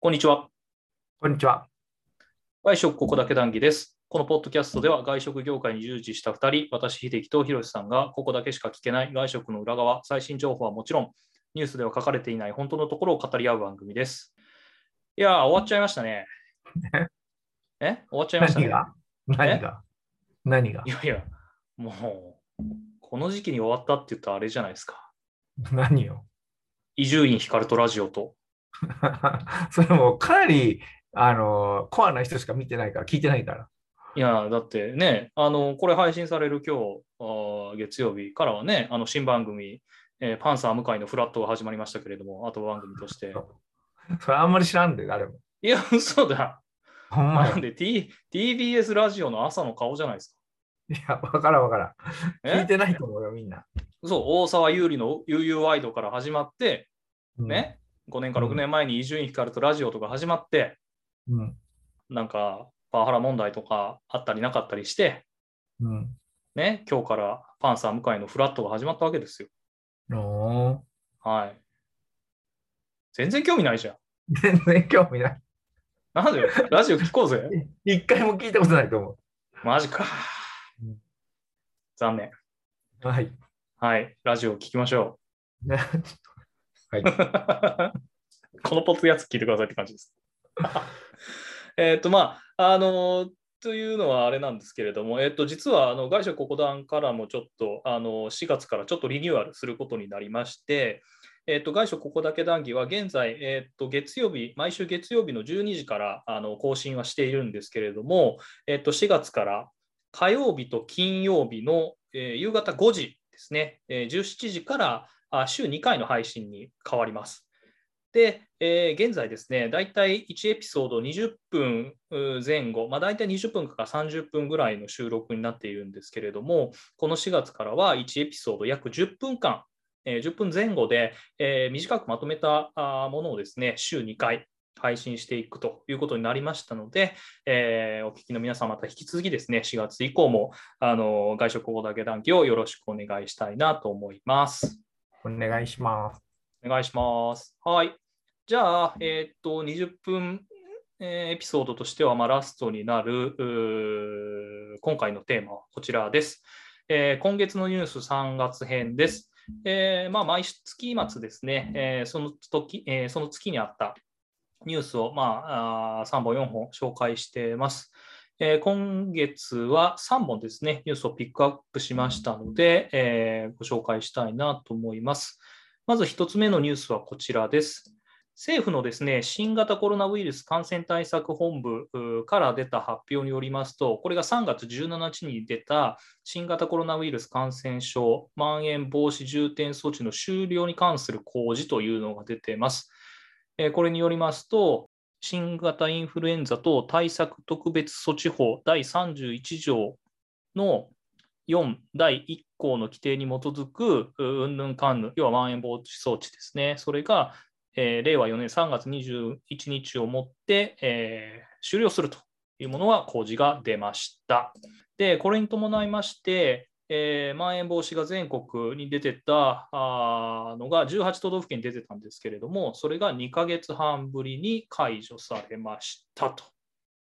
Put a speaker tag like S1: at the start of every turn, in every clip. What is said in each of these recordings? S1: こんにちは。
S2: こんにちは。
S1: 外食ここだけ談義です。このポッドキャストでは外食業界に従事した2人、私、秀樹と広瀬さんがここだけしか聞けない外食の裏側、最新情報はもちろん、ニュースでは書かれていない本当のところを語り合う番組です。いやー、終わっちゃいました ね。え終わっちゃいましたね
S2: 何。が何が何が
S1: いやいや、もう、この時期に終わったって言ったらあれじゃないですか。
S2: 何を
S1: 伊集院光とラジオと。
S2: それもかなり、あの、コアな人しか見てないから、聞いてないから。
S1: いや、だってね、あの、これ配信される今日、あー月曜日からはね、あの、新番組、えーパンサー向井のフラットが始まりましたけれども、あと番組として。
S2: それあんまり知らんで、誰も。
S1: いや、嘘だ。
S2: ほんま
S1: なん
S2: に。
S1: で、T、TBS ラジオの朝の顔じゃないです
S2: いや、わからんわから
S1: か。
S2: ん。聞い
S1: え
S2: てないと思うよ、みんな。
S1: そう、大沢優里の UU ワイドから始まって、
S2: うん。
S1: ね、5年か6年前に伊集院光とラジオとか始まって、
S2: うん。
S1: なんか、パワハラ問題とかあったりなかったりして、
S2: うん。
S1: ね、今日からパンサー向井のフラットが始まったわけですよ。
S2: の
S1: はい。全然興味ないじゃん。
S2: ー 全然興味ない。
S1: なん でラジオ聞こうぜ。
S2: 一回も聞いたことないと思
S1: マジか
S2: うん。
S1: 残念。
S2: う。はい。
S1: はい。ラジオ聞きましょ。。
S2: ねはい う
S1: このポッドキャスト聞いてくださいって感じです。 えっと、まあ、あのーというのはあれなんですけれども、えっ、と、実は、あの、外食ここ団からもちょっと、あの、4月からちょっとリニューアルすることになりまして、えっ、と、外食ここだけ談義は現在、えっ、と、月曜日、毎週月曜日の12時から、あの、更新はしているんですけれども、えっ、と、4月から火曜日と金曜日の、えー夕方5時ですね、えー17時からあ週2回の配信に変わります。で、えー現在ですね、だいたい1エピソード20分うー前後、まあ、だいたい20分から30分ぐらいの収録になっているんですけれども、この4月からは1エピソード約10分間、えー10分前後で、えー短くまとめたあーものをですね、週2回配信していくということになりましたので、えーお聞きの皆さん、また引き続きですね、4月以降も、あの外食大だけ談義をよろしくお願いしたいなと思います。
S2: お願いします。
S1: お願いします。はい。じゃあ、えーっと、20分、えーエピソードとしては、まあ、ラストになるうー今回のテーマはこちらです、えー今月のニュース3月編です。えーまあ、毎月末ですね、えーその時、えーその月にあったニュースを、まあ、あー3本、4本紹介してます。えー今月は3本ですね、ニュースをピックアップしましたので、えーご紹介したいなと思います。まず1つ目のニュースはこちらです。政府のですね新型コロナウイルス感染対策本部うから出た発表によりますと、これが3月17日に出た新型コロナウイルス感染症まん延防止重点措置の終了に関する公示というのが出ています。えーこれによりますと、新型インフルエンザ等対策特別措置法第31条の4第1項の規定に基づくううんぬんかんぬん、要はまん延防止装置ですね、それが、えー令和4年3月21日をもって、えー終了するというものは公示が出ました。で、これに伴いまして、えーまん延防止が全国に出てたあーのが18都道府県に出てたんですけれども、それが2ヶ月半ぶりに解除されましたと。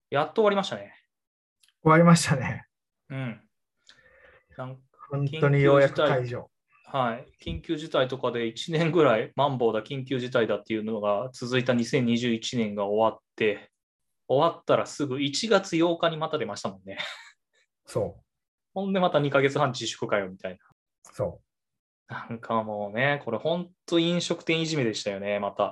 S1: やっと終わりましたね。
S2: 終わりましたね。
S1: うん。なん
S2: 本当にようやく解除。
S1: はい、緊急事態とかで1年ぐらい、マンボウだ、緊急事態だっていうのが続いた2021年が終わって、終わったらすぐ1月8日にまた出ましたもんね。
S2: そう。
S1: ほんでまた2ヶ月半自粛かよみたい
S2: そう。
S1: な。なんかもうね、これほんと飲食店いじめでしたよね、また。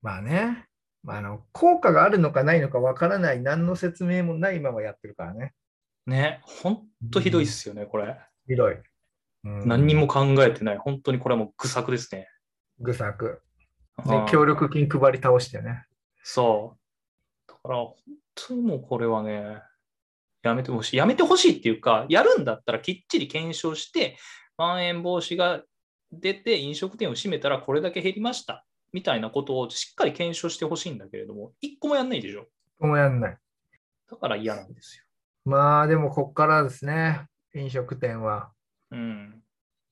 S2: まあね、まあ、あの効果があるのかないのかわからない、何の説明もないままやってるからね。
S1: ね、ほんとひどいっすよね、これ。
S2: ひどい。うん
S1: 何にも考えてない。本当にこれはもう愚策ですね。
S2: 愚策。
S1: は
S2: で
S1: い、
S2: 協力金配り倒してね。
S1: そう。だから、本当にもうこれはね、やめてほしい。やめてほしいっていうか、やるんだったらきっちり検証して、まん延防止が出て飲食店を閉めたらこれだけ減りました。みたいなことをしっかり検証してほしいんだけれども、一個もやんないでしょ。
S2: もうやんない。
S1: だから嫌なんですよ。
S2: まあでも、ここからですね、飲食店は。
S1: うん。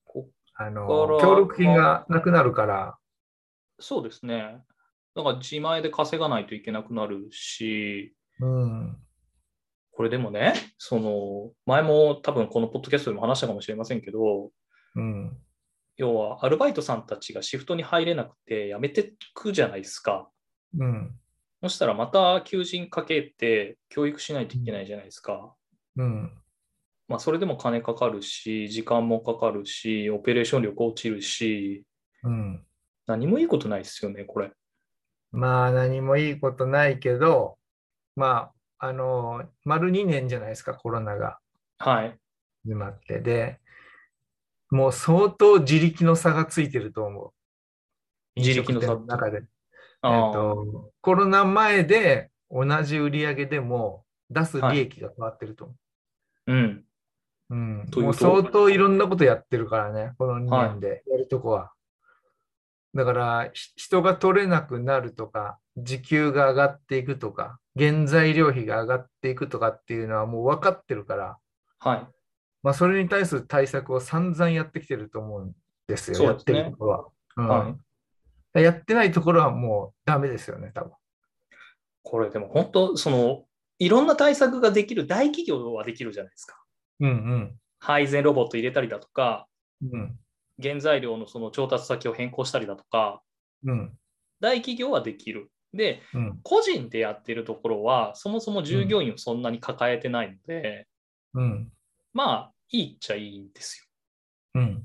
S1: こ
S2: あ
S1: こ
S2: の
S1: こから
S2: 協力金がなくなるから、
S1: そうですね。だから自前で稼がないといけなくなるし、
S2: うん。
S1: これでもね、その、前も多分このポッドキャストでも話したかもしれませんけど、
S2: うん。
S1: 要はアルバイトさんたちがシフトに入れなくて辞めてくじゃないですか。
S2: うん。
S1: そしたらまた求人かけて教育しないといけないじゃないですか。
S2: うん。
S1: まあそれでも金かかるし、時間もかかるし、オペレーション力落ちるし、
S2: うん。
S1: 何もいいことないですよね、これ。
S2: まあ、何もいいことないけど、まあ、あの、丸2年じゃないですか、コロナが
S1: はい。
S2: 始まって。で、もう相当自力の差がついてると思う。
S1: 自力の差
S2: 飲食店中で。え
S1: あ
S2: ー
S1: ー
S2: と、コロナ前で同じ売り上げでも出す利益が変わってると思う。
S1: うん。
S2: うん、
S1: というと
S2: もう相当いろんなことやってるからね、この2年で、やるとこは。だから、ひ人が取れなくなるとか、時給が上がっていくとか、原材料費が上がっていくとかっていうのはもう分かってるから、
S1: はい。
S2: まあ、それに対する対策を散々やってきてると思うんですよ、
S1: そう
S2: や
S1: で
S2: っ
S1: す
S2: て
S1: ね
S2: るところは。うん
S1: はい
S2: だからやってないところはもうダメですよね、多分。
S1: これでも本当、その、いろんな対策ができる大企業はできるじゃないですか。
S2: うん
S1: 配膳ロボット入れたりだとか、
S2: うん。うん。
S1: 原材料のその調達先を変更したりだとか、
S2: うん。
S1: 大企業はできる。で、
S2: うん。
S1: 個人でやってるところは、そもそも従業員をそんなに抱えてないので、
S2: うん。
S1: まあ、いいっちゃいいんですよ。
S2: うん。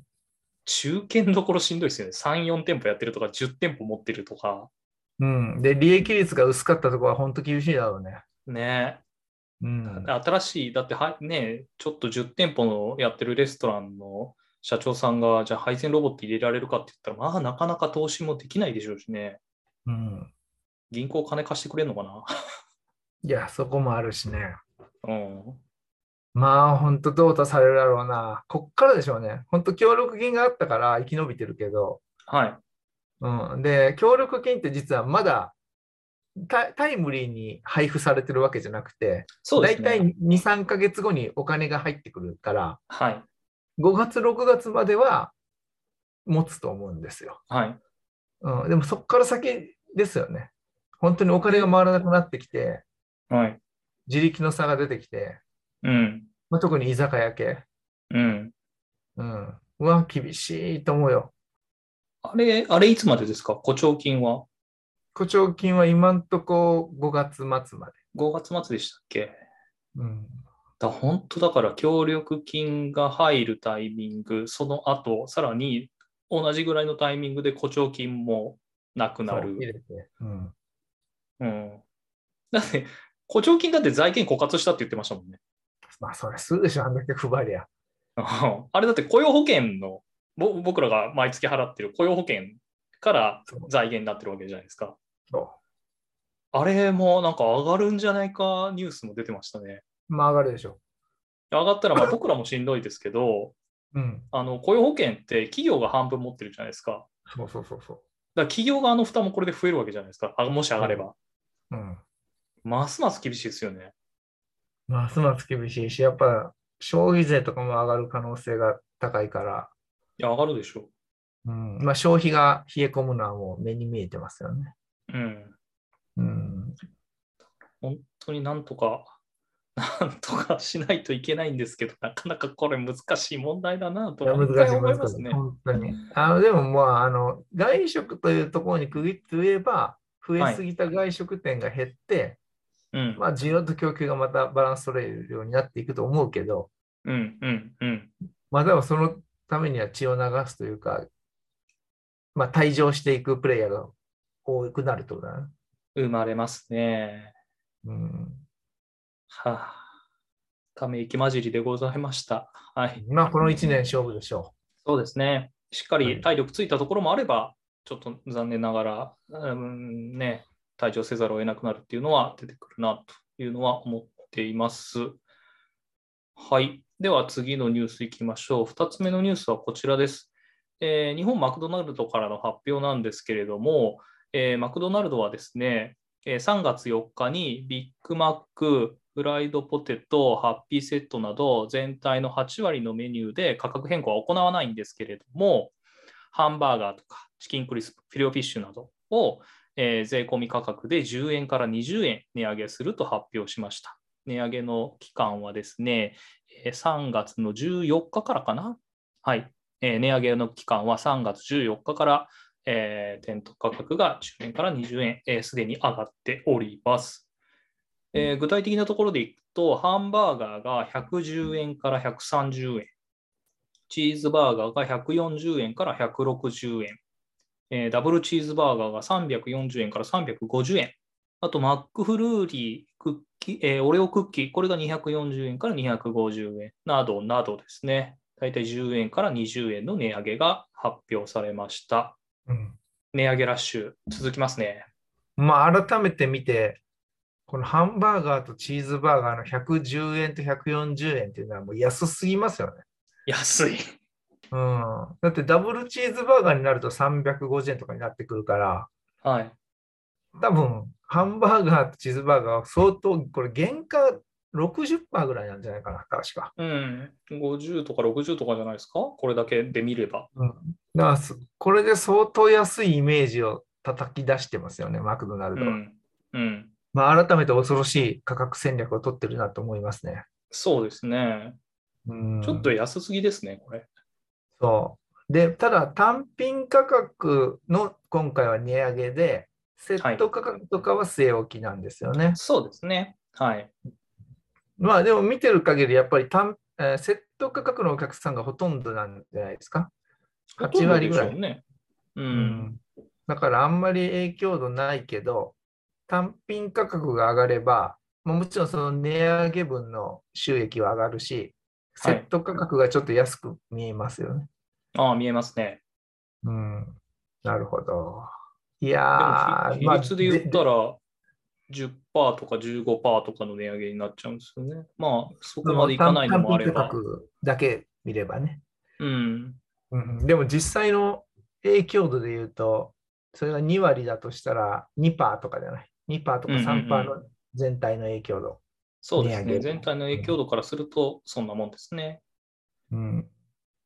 S1: 中堅どころしんどいですよね。3、4店舗やってるとか、10店舗持ってるとか、
S2: うん。で、利益率が薄かったところは本当厳しいだろうね。
S1: ね。
S2: うん。
S1: 新しい、だっては、ね、ちょっと10店舗のやってるレストランの社長さんが、じゃあ配膳ロボット入れられるかって言ったら、まあ、なかなか投資もできないでしょうしね。
S2: うん。
S1: 銀行金貸してくれるのか
S2: いや、そこもあるしね。
S1: な。うん。
S2: まあ、本当どうとされるだろうな。こっからでしょうね。本当協力金があったから生き延びてるけど。
S1: はい。
S2: うん。で、協力金って実はまだタタイムリーに配布されてるわけじゃなくて、
S1: そうで
S2: 大
S1: す
S2: 体
S1: ね。
S2: 2、3ヶ月後にお金が入ってくるから、
S1: はい。
S2: 5月、6月までは持つと思うんですよ。
S1: はい。
S2: うん。でもそこから先ですよね。本当にお金が回らなくなってきて、
S1: はい。
S2: 自力の差が出てきて、
S1: うん。
S2: まあ、特に居酒屋系。
S1: うん。
S2: うん。うわ、厳しいと思うよ。
S1: あれ、あれいつまでですか補聴金は
S2: 補聴金は今んとこ5月末まで。
S1: 5月末でしたっけ
S2: うん。
S1: だ本当だから協力金が入るタイミング、その後、さらに同じぐらいのタイミングで補聴金もなくな
S2: そう入
S1: る。
S2: れて。うん。
S1: うん、だって、補聴金だって財源枯渇したって言ってましたもんね。
S2: まあ、それするでしょ、あんだけ配りゃ。
S1: あれだって雇用保険の、ぼ僕らが毎月払ってる雇用保険から財源になってるわけじゃないですか。
S2: そ
S1: あれもなんか上がるんじゃないかニュースも出てましたね。
S2: う。まあ、上がるでしょ。
S1: 上がったらまあ僕らもしんどいですけど、
S2: うん。
S1: あの雇用保険って企業が半分持ってるじゃないですか。
S2: そうそうそうそ
S1: だから企業側の負担もこれで増えるわけじゃないですか、あもし上がれば、
S2: う。うん。
S1: ますます厳しいですよね。
S2: ますます厳しいし、やっぱ消費税とかも上がる可能性が高いから、
S1: いや、上がるでしょ
S2: うん。まあ、消費が冷え込むのはもう目に見えてますよね。
S1: う。うん。
S2: うん。
S1: 本当になんとか、なんとかしないといけないんですけど、なかなかこれ難しい問題だなと
S2: いや
S1: 毎
S2: 難
S1: 回
S2: しい、
S1: 思い
S2: 難
S1: ま
S2: し
S1: す
S2: い。
S1: ね。
S2: 本当に。あの、でもまあ、あの、外食というところに区切って言えば、増えすぎた外食店が減って、
S1: うん、
S2: まあ、需要と供給がまたバランス取れるようになっていくと思うけど、
S1: うん、うん、うん。
S2: まあ、でもそのためには血を流すというか、まあ、退場していくプレイヤーが多くなるってことだな。
S1: 生まれますね。
S2: うん。
S1: はあ。ため息混じりでございました。はい。
S2: まあ、この1年勝負でしょ
S1: そうですね。しっか
S2: は
S1: り
S2: い
S1: 体力ついたところもあれば、ちょっと残念ながら、うん、ね、退場せざるを得なくなるっていうのは出てくるなというのは思っています。はい。では次のニュースいきましょう。2つ目のニュースはこちらです。えー日本マクドナルドからの発表なんですけれども、えーマクドナルドはですね、えー3月4日にビッグマック、フライドポテト、ハッピーセットなど全体の8割のメニューで価格変更は行わないんですけれども、ハンバーガーとかチキンクリスプ、フィレオフィッシュなどを、えー税込み価格で10円から20円値上げすると発表しました。値上げの期間はですね、えー3月の14日からかな。はい。えー値上げの期間は3月14日から、えー、店頭価格が10円から20円、えーすでに上がっております。えー具体的なところでいくと、ハンバーガーが110円から130円、チーズバーガーが140円から160円、えーダブルチーズバーガーが340円から350円、あとマックフルーリー、クッキー、えーオレオクッキー、これが240円から250円などなどですね、大体10円から20円の値上げが発表されました。
S2: うん
S1: 値上げラッシュ続きますね。
S2: まあ、改めて見て、このハンバーガーとチーズバーガーの110円と140円っていうのはもう安すぎますよね。
S1: 安い。
S2: うん、だってダブルチーズバーガーになると350円とかになってくるから、
S1: はい。
S2: 多分ハンバーガーとチーズバーガーは相当、これ原価60%ぐらいなんじゃないかな、確か。
S1: うん。50とか60とかじゃないですかこれだけで見れば。
S2: だからそこれで相当安いイメージを叩き出してますよね、マクドナル
S1: う
S2: ドは。
S1: ん。うん。
S2: まあ、改めて恐ろしい価格戦略を取ってるなと思いますね。
S1: そうですね。
S2: うん
S1: ちょっと安すぎですね、これ。
S2: そう。で、ただ単品価格の今回は値上げで、セット価格とかは据え置きなんですよね。
S1: そうですね。はい。
S2: まあでも見てる限り、やっぱり単、えーセット価格のお客さんがほとんどなんじゃないですか。8割ぐらい
S1: ほとんどでしょうね。う。
S2: うんだからあんまり影響度ないけど、単品価格が上がれば、まあ、もちろんその値上げ分の収益は上がるし、
S1: はい
S2: セット価格がちょっと安く見えますよね。
S1: ああ、見えますね。
S2: うん、なるほど。い
S1: でも
S2: やー、
S1: 比比
S2: まあ
S1: 率で言ったら、10%とか15%とかの値上げになっちゃうんですよね。まあ、そこまでいかないのもあれ
S2: 単品価
S1: ば。
S2: 格だけ見ればね。
S1: うん。
S2: うん、でも実際の影響度で言うと、それが2割だとしたら2%とかじゃない。2%とか3%
S1: うんうん
S2: の全体の影響度。
S1: そうです
S2: 値上
S1: ね。
S2: げ
S1: 全体の影響度からすると、そんなもんですね。
S2: うん、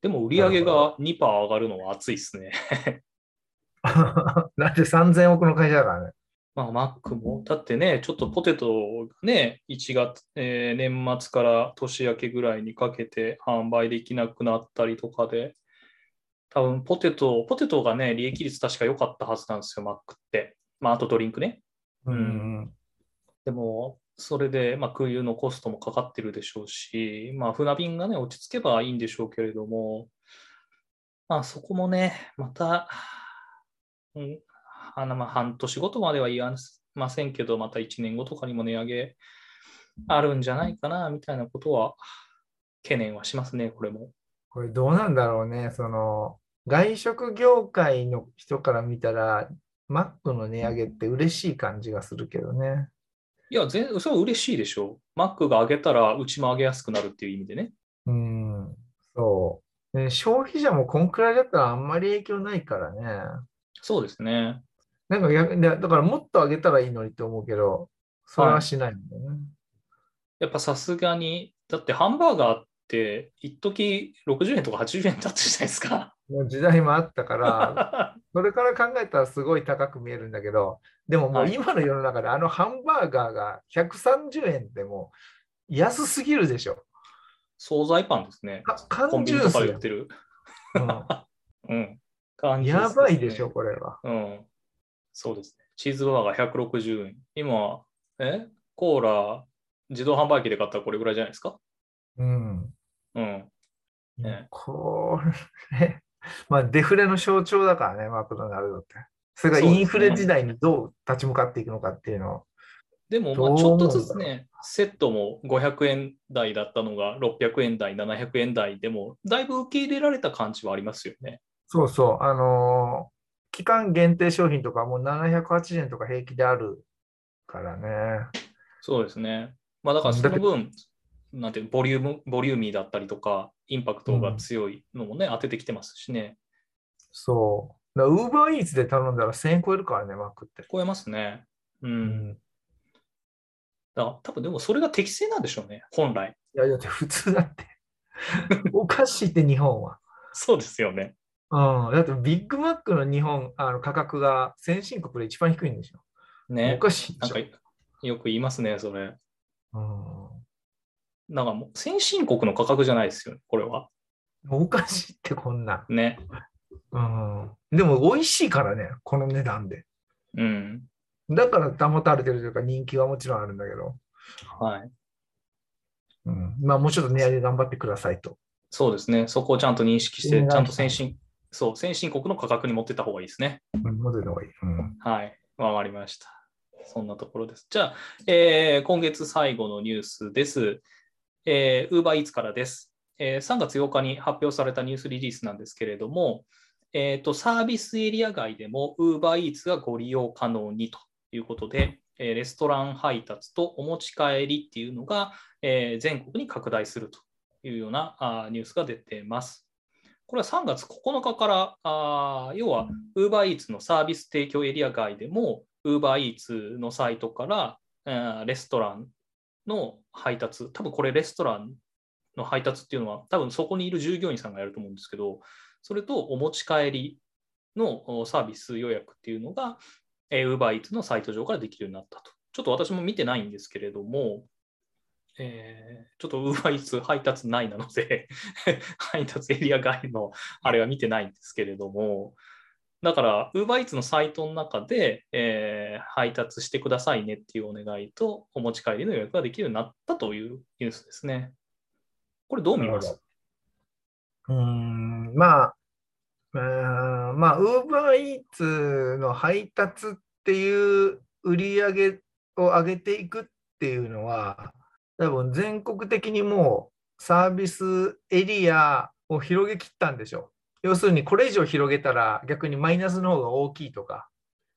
S1: でも、売り上げが2%上がるのは熱いですね。
S2: だって3000億の会社だからね。
S1: まあ、マックも、だってね、ちょっとポテトがね、1月、えー年末から年明けぐらいにかけて販売できなくなったりとかで、多分ポテト、ポテトがね、利益率確か良かったはずなんですよ、マックって。まあ、あとドリンクね。うんでも、それで、まあ、空輸のコストもかかってるでしょうし、まあ、船便がね、落ち着けばいいんでしょうけれども、まあ、そこもね、また、うん、あのまあ半年ごとまでは言わませんけど、また1年後とかにも値上げあるんじゃないかな、みたいなことは、懸念はしますね、これも。
S2: これどうなんだろうね。その外食業界の人から見たら、マックの値上げって嬉しい感じがするけどね。
S1: いや、全それは嬉しいでしょう。マックが上げたら、うちも上げやすくなるっていう意味でね。
S2: うん、そう。ね消費者もこんくらいだったらあんまり影響ないからね。
S1: そうですね。
S2: なんか逆に、だだからもっと上げたらいいのにって思うけど、それはしないんだよね。
S1: やっぱさすがに、だってハンバーガーって、一時60円とか80円だったじゃないです か。
S2: もう時代もあっ たから、それから考えたらすごい高く見えるんだけど、でももう
S1: はい
S2: 今の世の中であのハンバーガーが130円でもう安すぎるでしょ。
S1: 惣菜パンですね。
S2: か
S1: コン
S2: 缶
S1: ビ
S2: ジ
S1: ニ
S2: ュ
S1: とか
S2: ース
S1: で
S2: や
S1: 売ってる。う
S2: ん、
S1: ん。
S2: う
S1: 感
S2: ん
S1: じ
S2: やばいでしょ、
S1: すね
S2: これは。
S1: うん。そうですね。チーズバーガー160円。今、えコーラ、自動販売機で買ったらこれぐらいじゃないですか。
S2: うん。
S1: うん。ね
S2: これ、 まあデフレの象徴だからね、マクドナルドって。それが
S1: そうですね
S2: インフレ時代にどう立ち向かっていくのかっていうのを。
S1: でも、
S2: ど
S1: ま
S2: う
S1: あ、ち
S2: 思
S1: ょ
S2: う
S1: っ
S2: んだ
S1: と
S2: ろう
S1: ずつね、セットも500円台だったのが600円台、700円台でも、だいぶ受け入れられた感じはありますよね。
S2: そうそう、あのー期間限定商品とかもう780円とか平気であるからね。
S1: そうですね。まあだから
S2: うん
S1: その分、なんていうのボリューム、ボリューミーだったりとか、インパクトが強いのもね、当ててきてますしね。
S2: そう。ウーバーイーツで頼んだら1000円超えるからね、マックって。
S1: 超えますね。うん。
S2: うん
S1: だから多分でもそれが適正なんでしょうね、本来。
S2: いや、だって普通だって。おかしいって、日本は。
S1: そうですよね。
S2: うん、だってビッグマックの日本あの価格が先進国で一番低いんでしょ。お
S1: ね。
S2: かしいで
S1: なん
S2: し
S1: かよく言いますね、それ。
S2: ょ。
S1: なんかもう先進国の価格じゃないですよね、これは。
S2: うん、おかしいってこんなん。
S1: ね。
S2: うん、でも美味しいからね、この値段で。
S1: うん。
S2: だから保たれてるというか人気はもちろんあるんだけど、
S1: はい。
S2: うん、まあもうちょっと値上げ頑張ってくださいと。
S1: そうですね。そこをちゃんと認識し
S2: お願
S1: て、
S2: い
S1: ちゃんと先進、そう、先進国の価格に持ってった方がいいですね。
S2: うん、戻るのがいい。うん、
S1: はい。わかりました。そんなところです。じゃあ、えー今月最後のニュースです。えー、Uber Eats からです、えー3月8日に発表されたニュースリリースなんですけれども、えー、とサービスエリア外でも Uber Eats がご利用可能にということで、えーレストラン配達とお持ち帰りっていうのが、えー全国に拡大するというようなあーニュースが出てます。これは3月9日から、あー要は UberEats のサービス提供エリア外でも UberEats のサイトから、えーレストランの配達多分これレストランの配達っていうのは多分そこにいる従業員さんがやると思うんですけどそれとお持ち帰りのおサービス予約っていうのが、えー、UberEats のサイト上からできるようになったとちょっと私も見てないんですけれども、えーちょっと UberEats 配達ないなので 配達エリア外のあれは見てないんですけれどもだから、UberEats のサイトの中で、えー配達してくださいねっていうお願いと、お持ち帰りの予約ができるようになったというニュースですね。これどう見ま
S2: な
S1: す
S2: るうんまあ、うんまあ、ウーバーイーツの配達っていう売り上げを上げていくっていうのは、多分全国的にもうサービスエリアを広げきったんでしょう。要するにこれ以上広げたら逆にマイナスの方が大きいとか、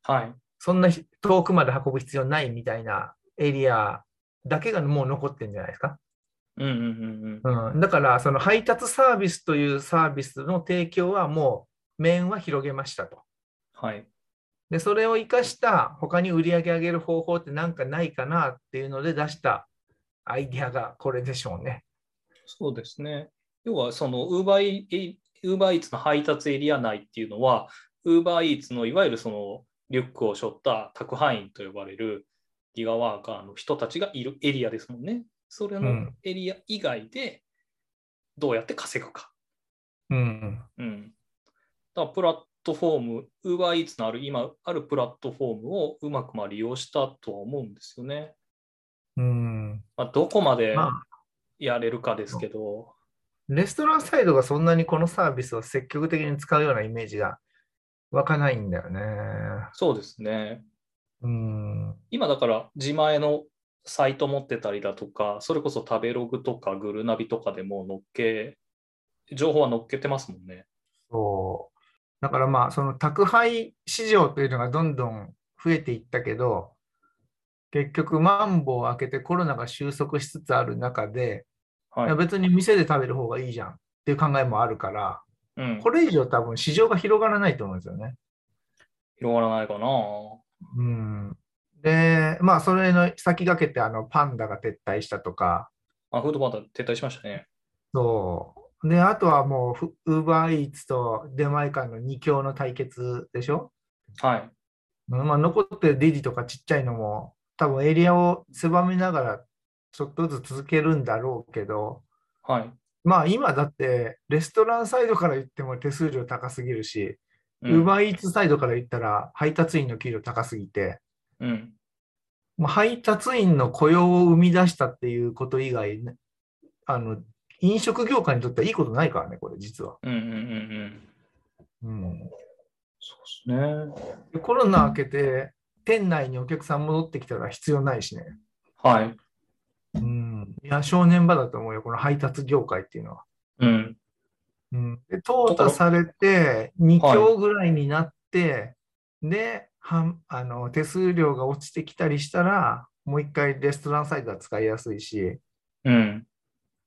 S1: はい。
S2: そんなひ遠くまで運ぶ必要ないみたいなエリアだけがもう残ってるんじゃないですか。
S1: うんうんうん
S2: うん、だから、その配達サービスというサービスの提供はもう面は広げましたと。
S1: うん。はい。
S2: で、それを生かした他に売り上げ上げる方法ってなんかないかなっていうので出したアイディアがこれでしょうね。
S1: そうですね。要は、その UberEats の配達エリア内っていうのは、UberEats のいわゆるそのリュックを背負った宅配員と呼ばれるギガワーカーの人たちがいるエリアですもんね。それ
S2: う
S1: の
S2: ん
S1: エリア以外でどうやって稼ぐか。
S2: うん。
S1: うん。だからプラットフォーム、UberEats のある今あるプラットフォームをうまくまあ利用したとは思うんですよね。
S2: うん。
S1: まあ、どこまで
S2: まあ、
S1: やれるかですけど、
S2: レストランサイドがそんなにこのサービスを積極的に使うようなイメージが湧かないんだよね。
S1: そうですね。
S2: うん。
S1: 今だから自前のサイト持ってたりだとか、それこそ食べログとかグルナビとかでも載っけ、情報は載っけてますもんね。
S2: そう。だからまあ、その宅配市場というのがどんどん増えていったけど、結局、マンボウを開けてコロナが収束しつつある中で、い
S1: はい
S2: や。別に店で食べる方がいいじゃんっていう考えもあるから、
S1: うん
S2: こ。れ以上多分市場が広がらないと思うんですよね。
S1: 広がらないかな。
S2: うん。で、まあ、それの先駆けて、あの、パンダが撤退したとか、
S1: あ、フードパンダ撤退しましたね。
S2: そう。で、あとはもう、ウーバーイーツと出前館の二強の対決でしょ
S1: はい。
S2: うんまあ、残ってるデリとかちっちゃいのも、多分エリアを狭めながら、ちょっとずつ続けるんだろうけど、
S1: はい。
S2: まあ今だって、レストランサイドから言っても手数料高すぎるし、
S1: う
S2: ウー
S1: ん。
S2: バーイーツサイドから言ったら配達員の給料高すぎて、
S1: うん。
S2: もう配達員の雇用を生み出したっていうこと以外、あの、飲食業界にとってはいいことないからね、これ実は。
S1: うんうんうんうん。
S2: うん、
S1: そうですね。
S2: でコロナ明けて、店内にお客さん戻ってきたら必要ないしね。
S1: はい。
S2: うん、いや、正念場だと思うよ、この配達業界っていうのは。
S1: うん。
S2: うん、で、淘汰されて、2強ぐらいになって、で、はんあの、手数料が落ちてきたりしたら、もう一回レストランサイドは使いやすいし、
S1: うん。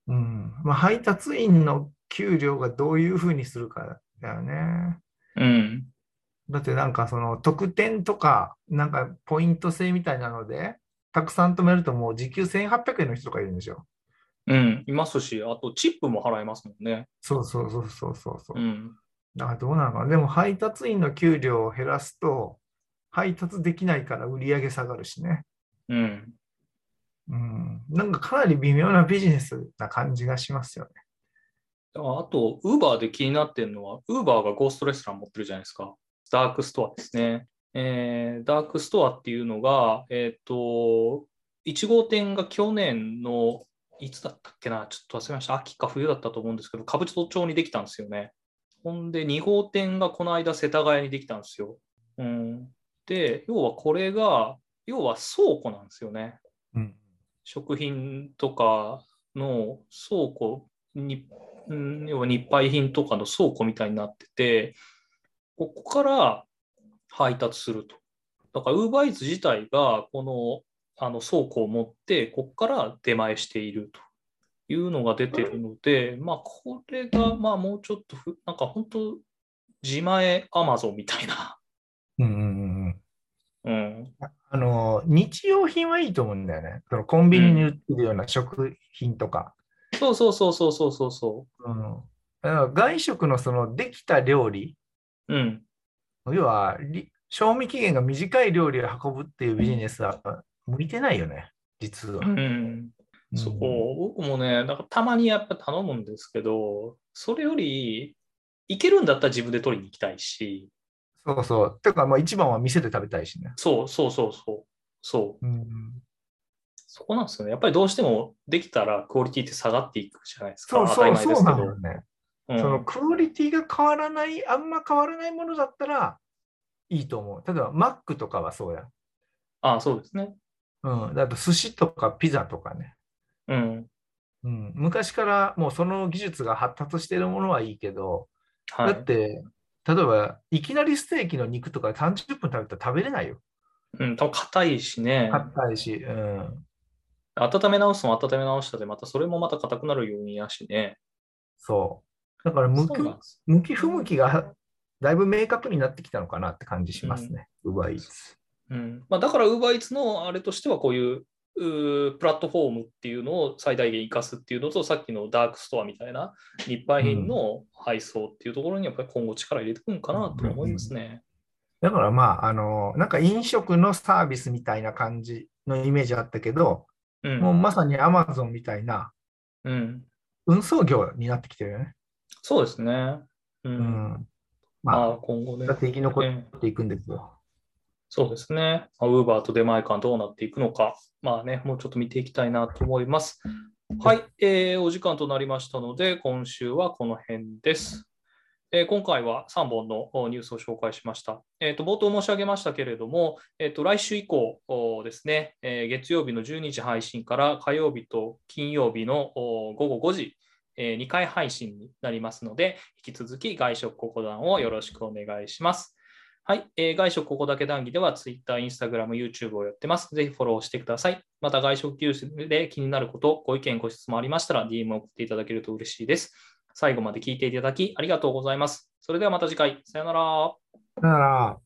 S2: うん、まあ、配達員の給料がどういうふうにするかだよね。
S1: うん。
S2: だってなんかその特典とか、なんかポイント制みたいなので、たくさん止めるともう時給1800円の人とかいるんでしょ。
S1: うん。いますし、あとチップも払えますもんね。
S2: そうそうそうそうそうそう
S1: う。ん。
S2: あ、どうなのかな。でも配達員の給料を減らすと、配達できないから売り上げ下がるしね。
S1: うん。
S2: うん。なんかかなり微妙なビジネスな感じがしますよね。
S1: ああと、ウーバーで気になってるのは、ウーバーがゴーストレストラン持ってるじゃないですか。ダークストアですね。えーダークストアっていうのが、えっ、と、1号店が去年の、いつだったっけな、ちょっと忘れました。秋か冬だったと思うんですけど、兜町にできたんですよね。ほんで、2号店がこの間、世田谷にできたんですよ。うん、で、要はこれが、要は倉庫なんですよね。
S2: うん。
S1: 食品とかの倉庫に、うん要は日配品とかの倉庫みたいになってて、ここから配達すると。だから、ウーバーイーツ自体が、このあの倉庫を持って、ここから出前しているというのが出てるので、まあ、これが、まあ、もうちょっとふ、なんか本当、自前アマゾンみたいな。
S2: うんうんうん。
S1: うん。
S2: あの、日用品はいいと思うんだよね。そのコンビニに売ってるような食品とか。
S1: そうそうそうそうそうそうそ
S2: うん。だから外食のそのできた料理、
S1: う。うん。
S2: 要はり賞味期限が短い料理を運ぶっていうビジネスは向いてないよね、実は。
S1: うん。そう、僕もね、なんかたまにやっぱ頼むんですけど、それより、行けるんだったら自分で取りに行きたいし、
S2: そうそう。てか、まあ一番は店で食べたいしね。
S1: そうそうそうそう、そう、
S2: うん、
S1: そこなんですよね。やっぱりどうしてもできたらクオリティって下がっていくじゃないですか。
S2: そうそう、
S1: 当たり前で
S2: そう
S1: すけ
S2: な
S1: ど
S2: のよね。
S1: う
S2: その
S1: ん。
S2: クオリティが変わらない、あんま変わらないものだったらいいと思う。例えば、マックとかはそうや。
S1: あそうですね。
S2: うん。あと、寿司とかピザとかね。
S1: うん。
S2: うん。昔からもうその技術が発達してるものはいいけど、
S1: は
S2: だっ
S1: い。
S2: て、例えば、いきなりステーキの肉とか30分食べたら食べれないよ。
S1: うん、多分硬いしね。
S2: 硬いし、うん。
S1: 温め直すも温め直したで、またそれもまた硬くなる要因やしね。
S2: そう。だから
S1: そ
S2: 向
S1: う
S2: く
S1: なんです。
S2: 向き不向きがだいぶ明確になってきたのかなって感じしますね。うばい
S1: うんまあ、だから UberEats のあれとしてはこういううープラットフォームっていうのを最大限活かすっていうのとさっきのダークストアみたいな日配品の配送っていうところにやっぱり今後力入れてくるんかなと思いますね。
S2: だからまあ、あの、なんか飲食のサービスみたいな感じのイメージあったけど、
S1: うん
S2: もうまさに Amazon みたいな
S1: うん
S2: 運送業になってきてるよね。
S1: そうですね。うん
S2: うん。
S1: まあ
S2: ま、
S1: 今後
S2: あ、
S1: ね
S2: だ。って生き残
S1: え
S2: っ
S1: え
S2: ていくんですよ。
S1: そうですね。まあ Uber と出前館どうなっていくのか、まあね、もうちょっと見ていきたいなと思います。はい、えーお時間となりましたので、今週はこの辺です。えー今回は3本のおニュースを紹介しました。えーと冒頭申し上げましたけれども、えーと来週以降おですね、えー月曜日の12時配信から火曜日と金曜日のお午後5時、え2回配信になりますので、引き続き外食ここ団をよろしくお願いします。はい、えー外食ここだけ談義では Twitter、Instagram、YouTube をやってます。ぜひフォローしてください。また外食ニュースで気になること、ご意見、ご質問ありましたら DM を送っていただけると嬉しいです。最後まで聞いていただきありがとうございます。それではまた次回。さよなら。
S2: だから、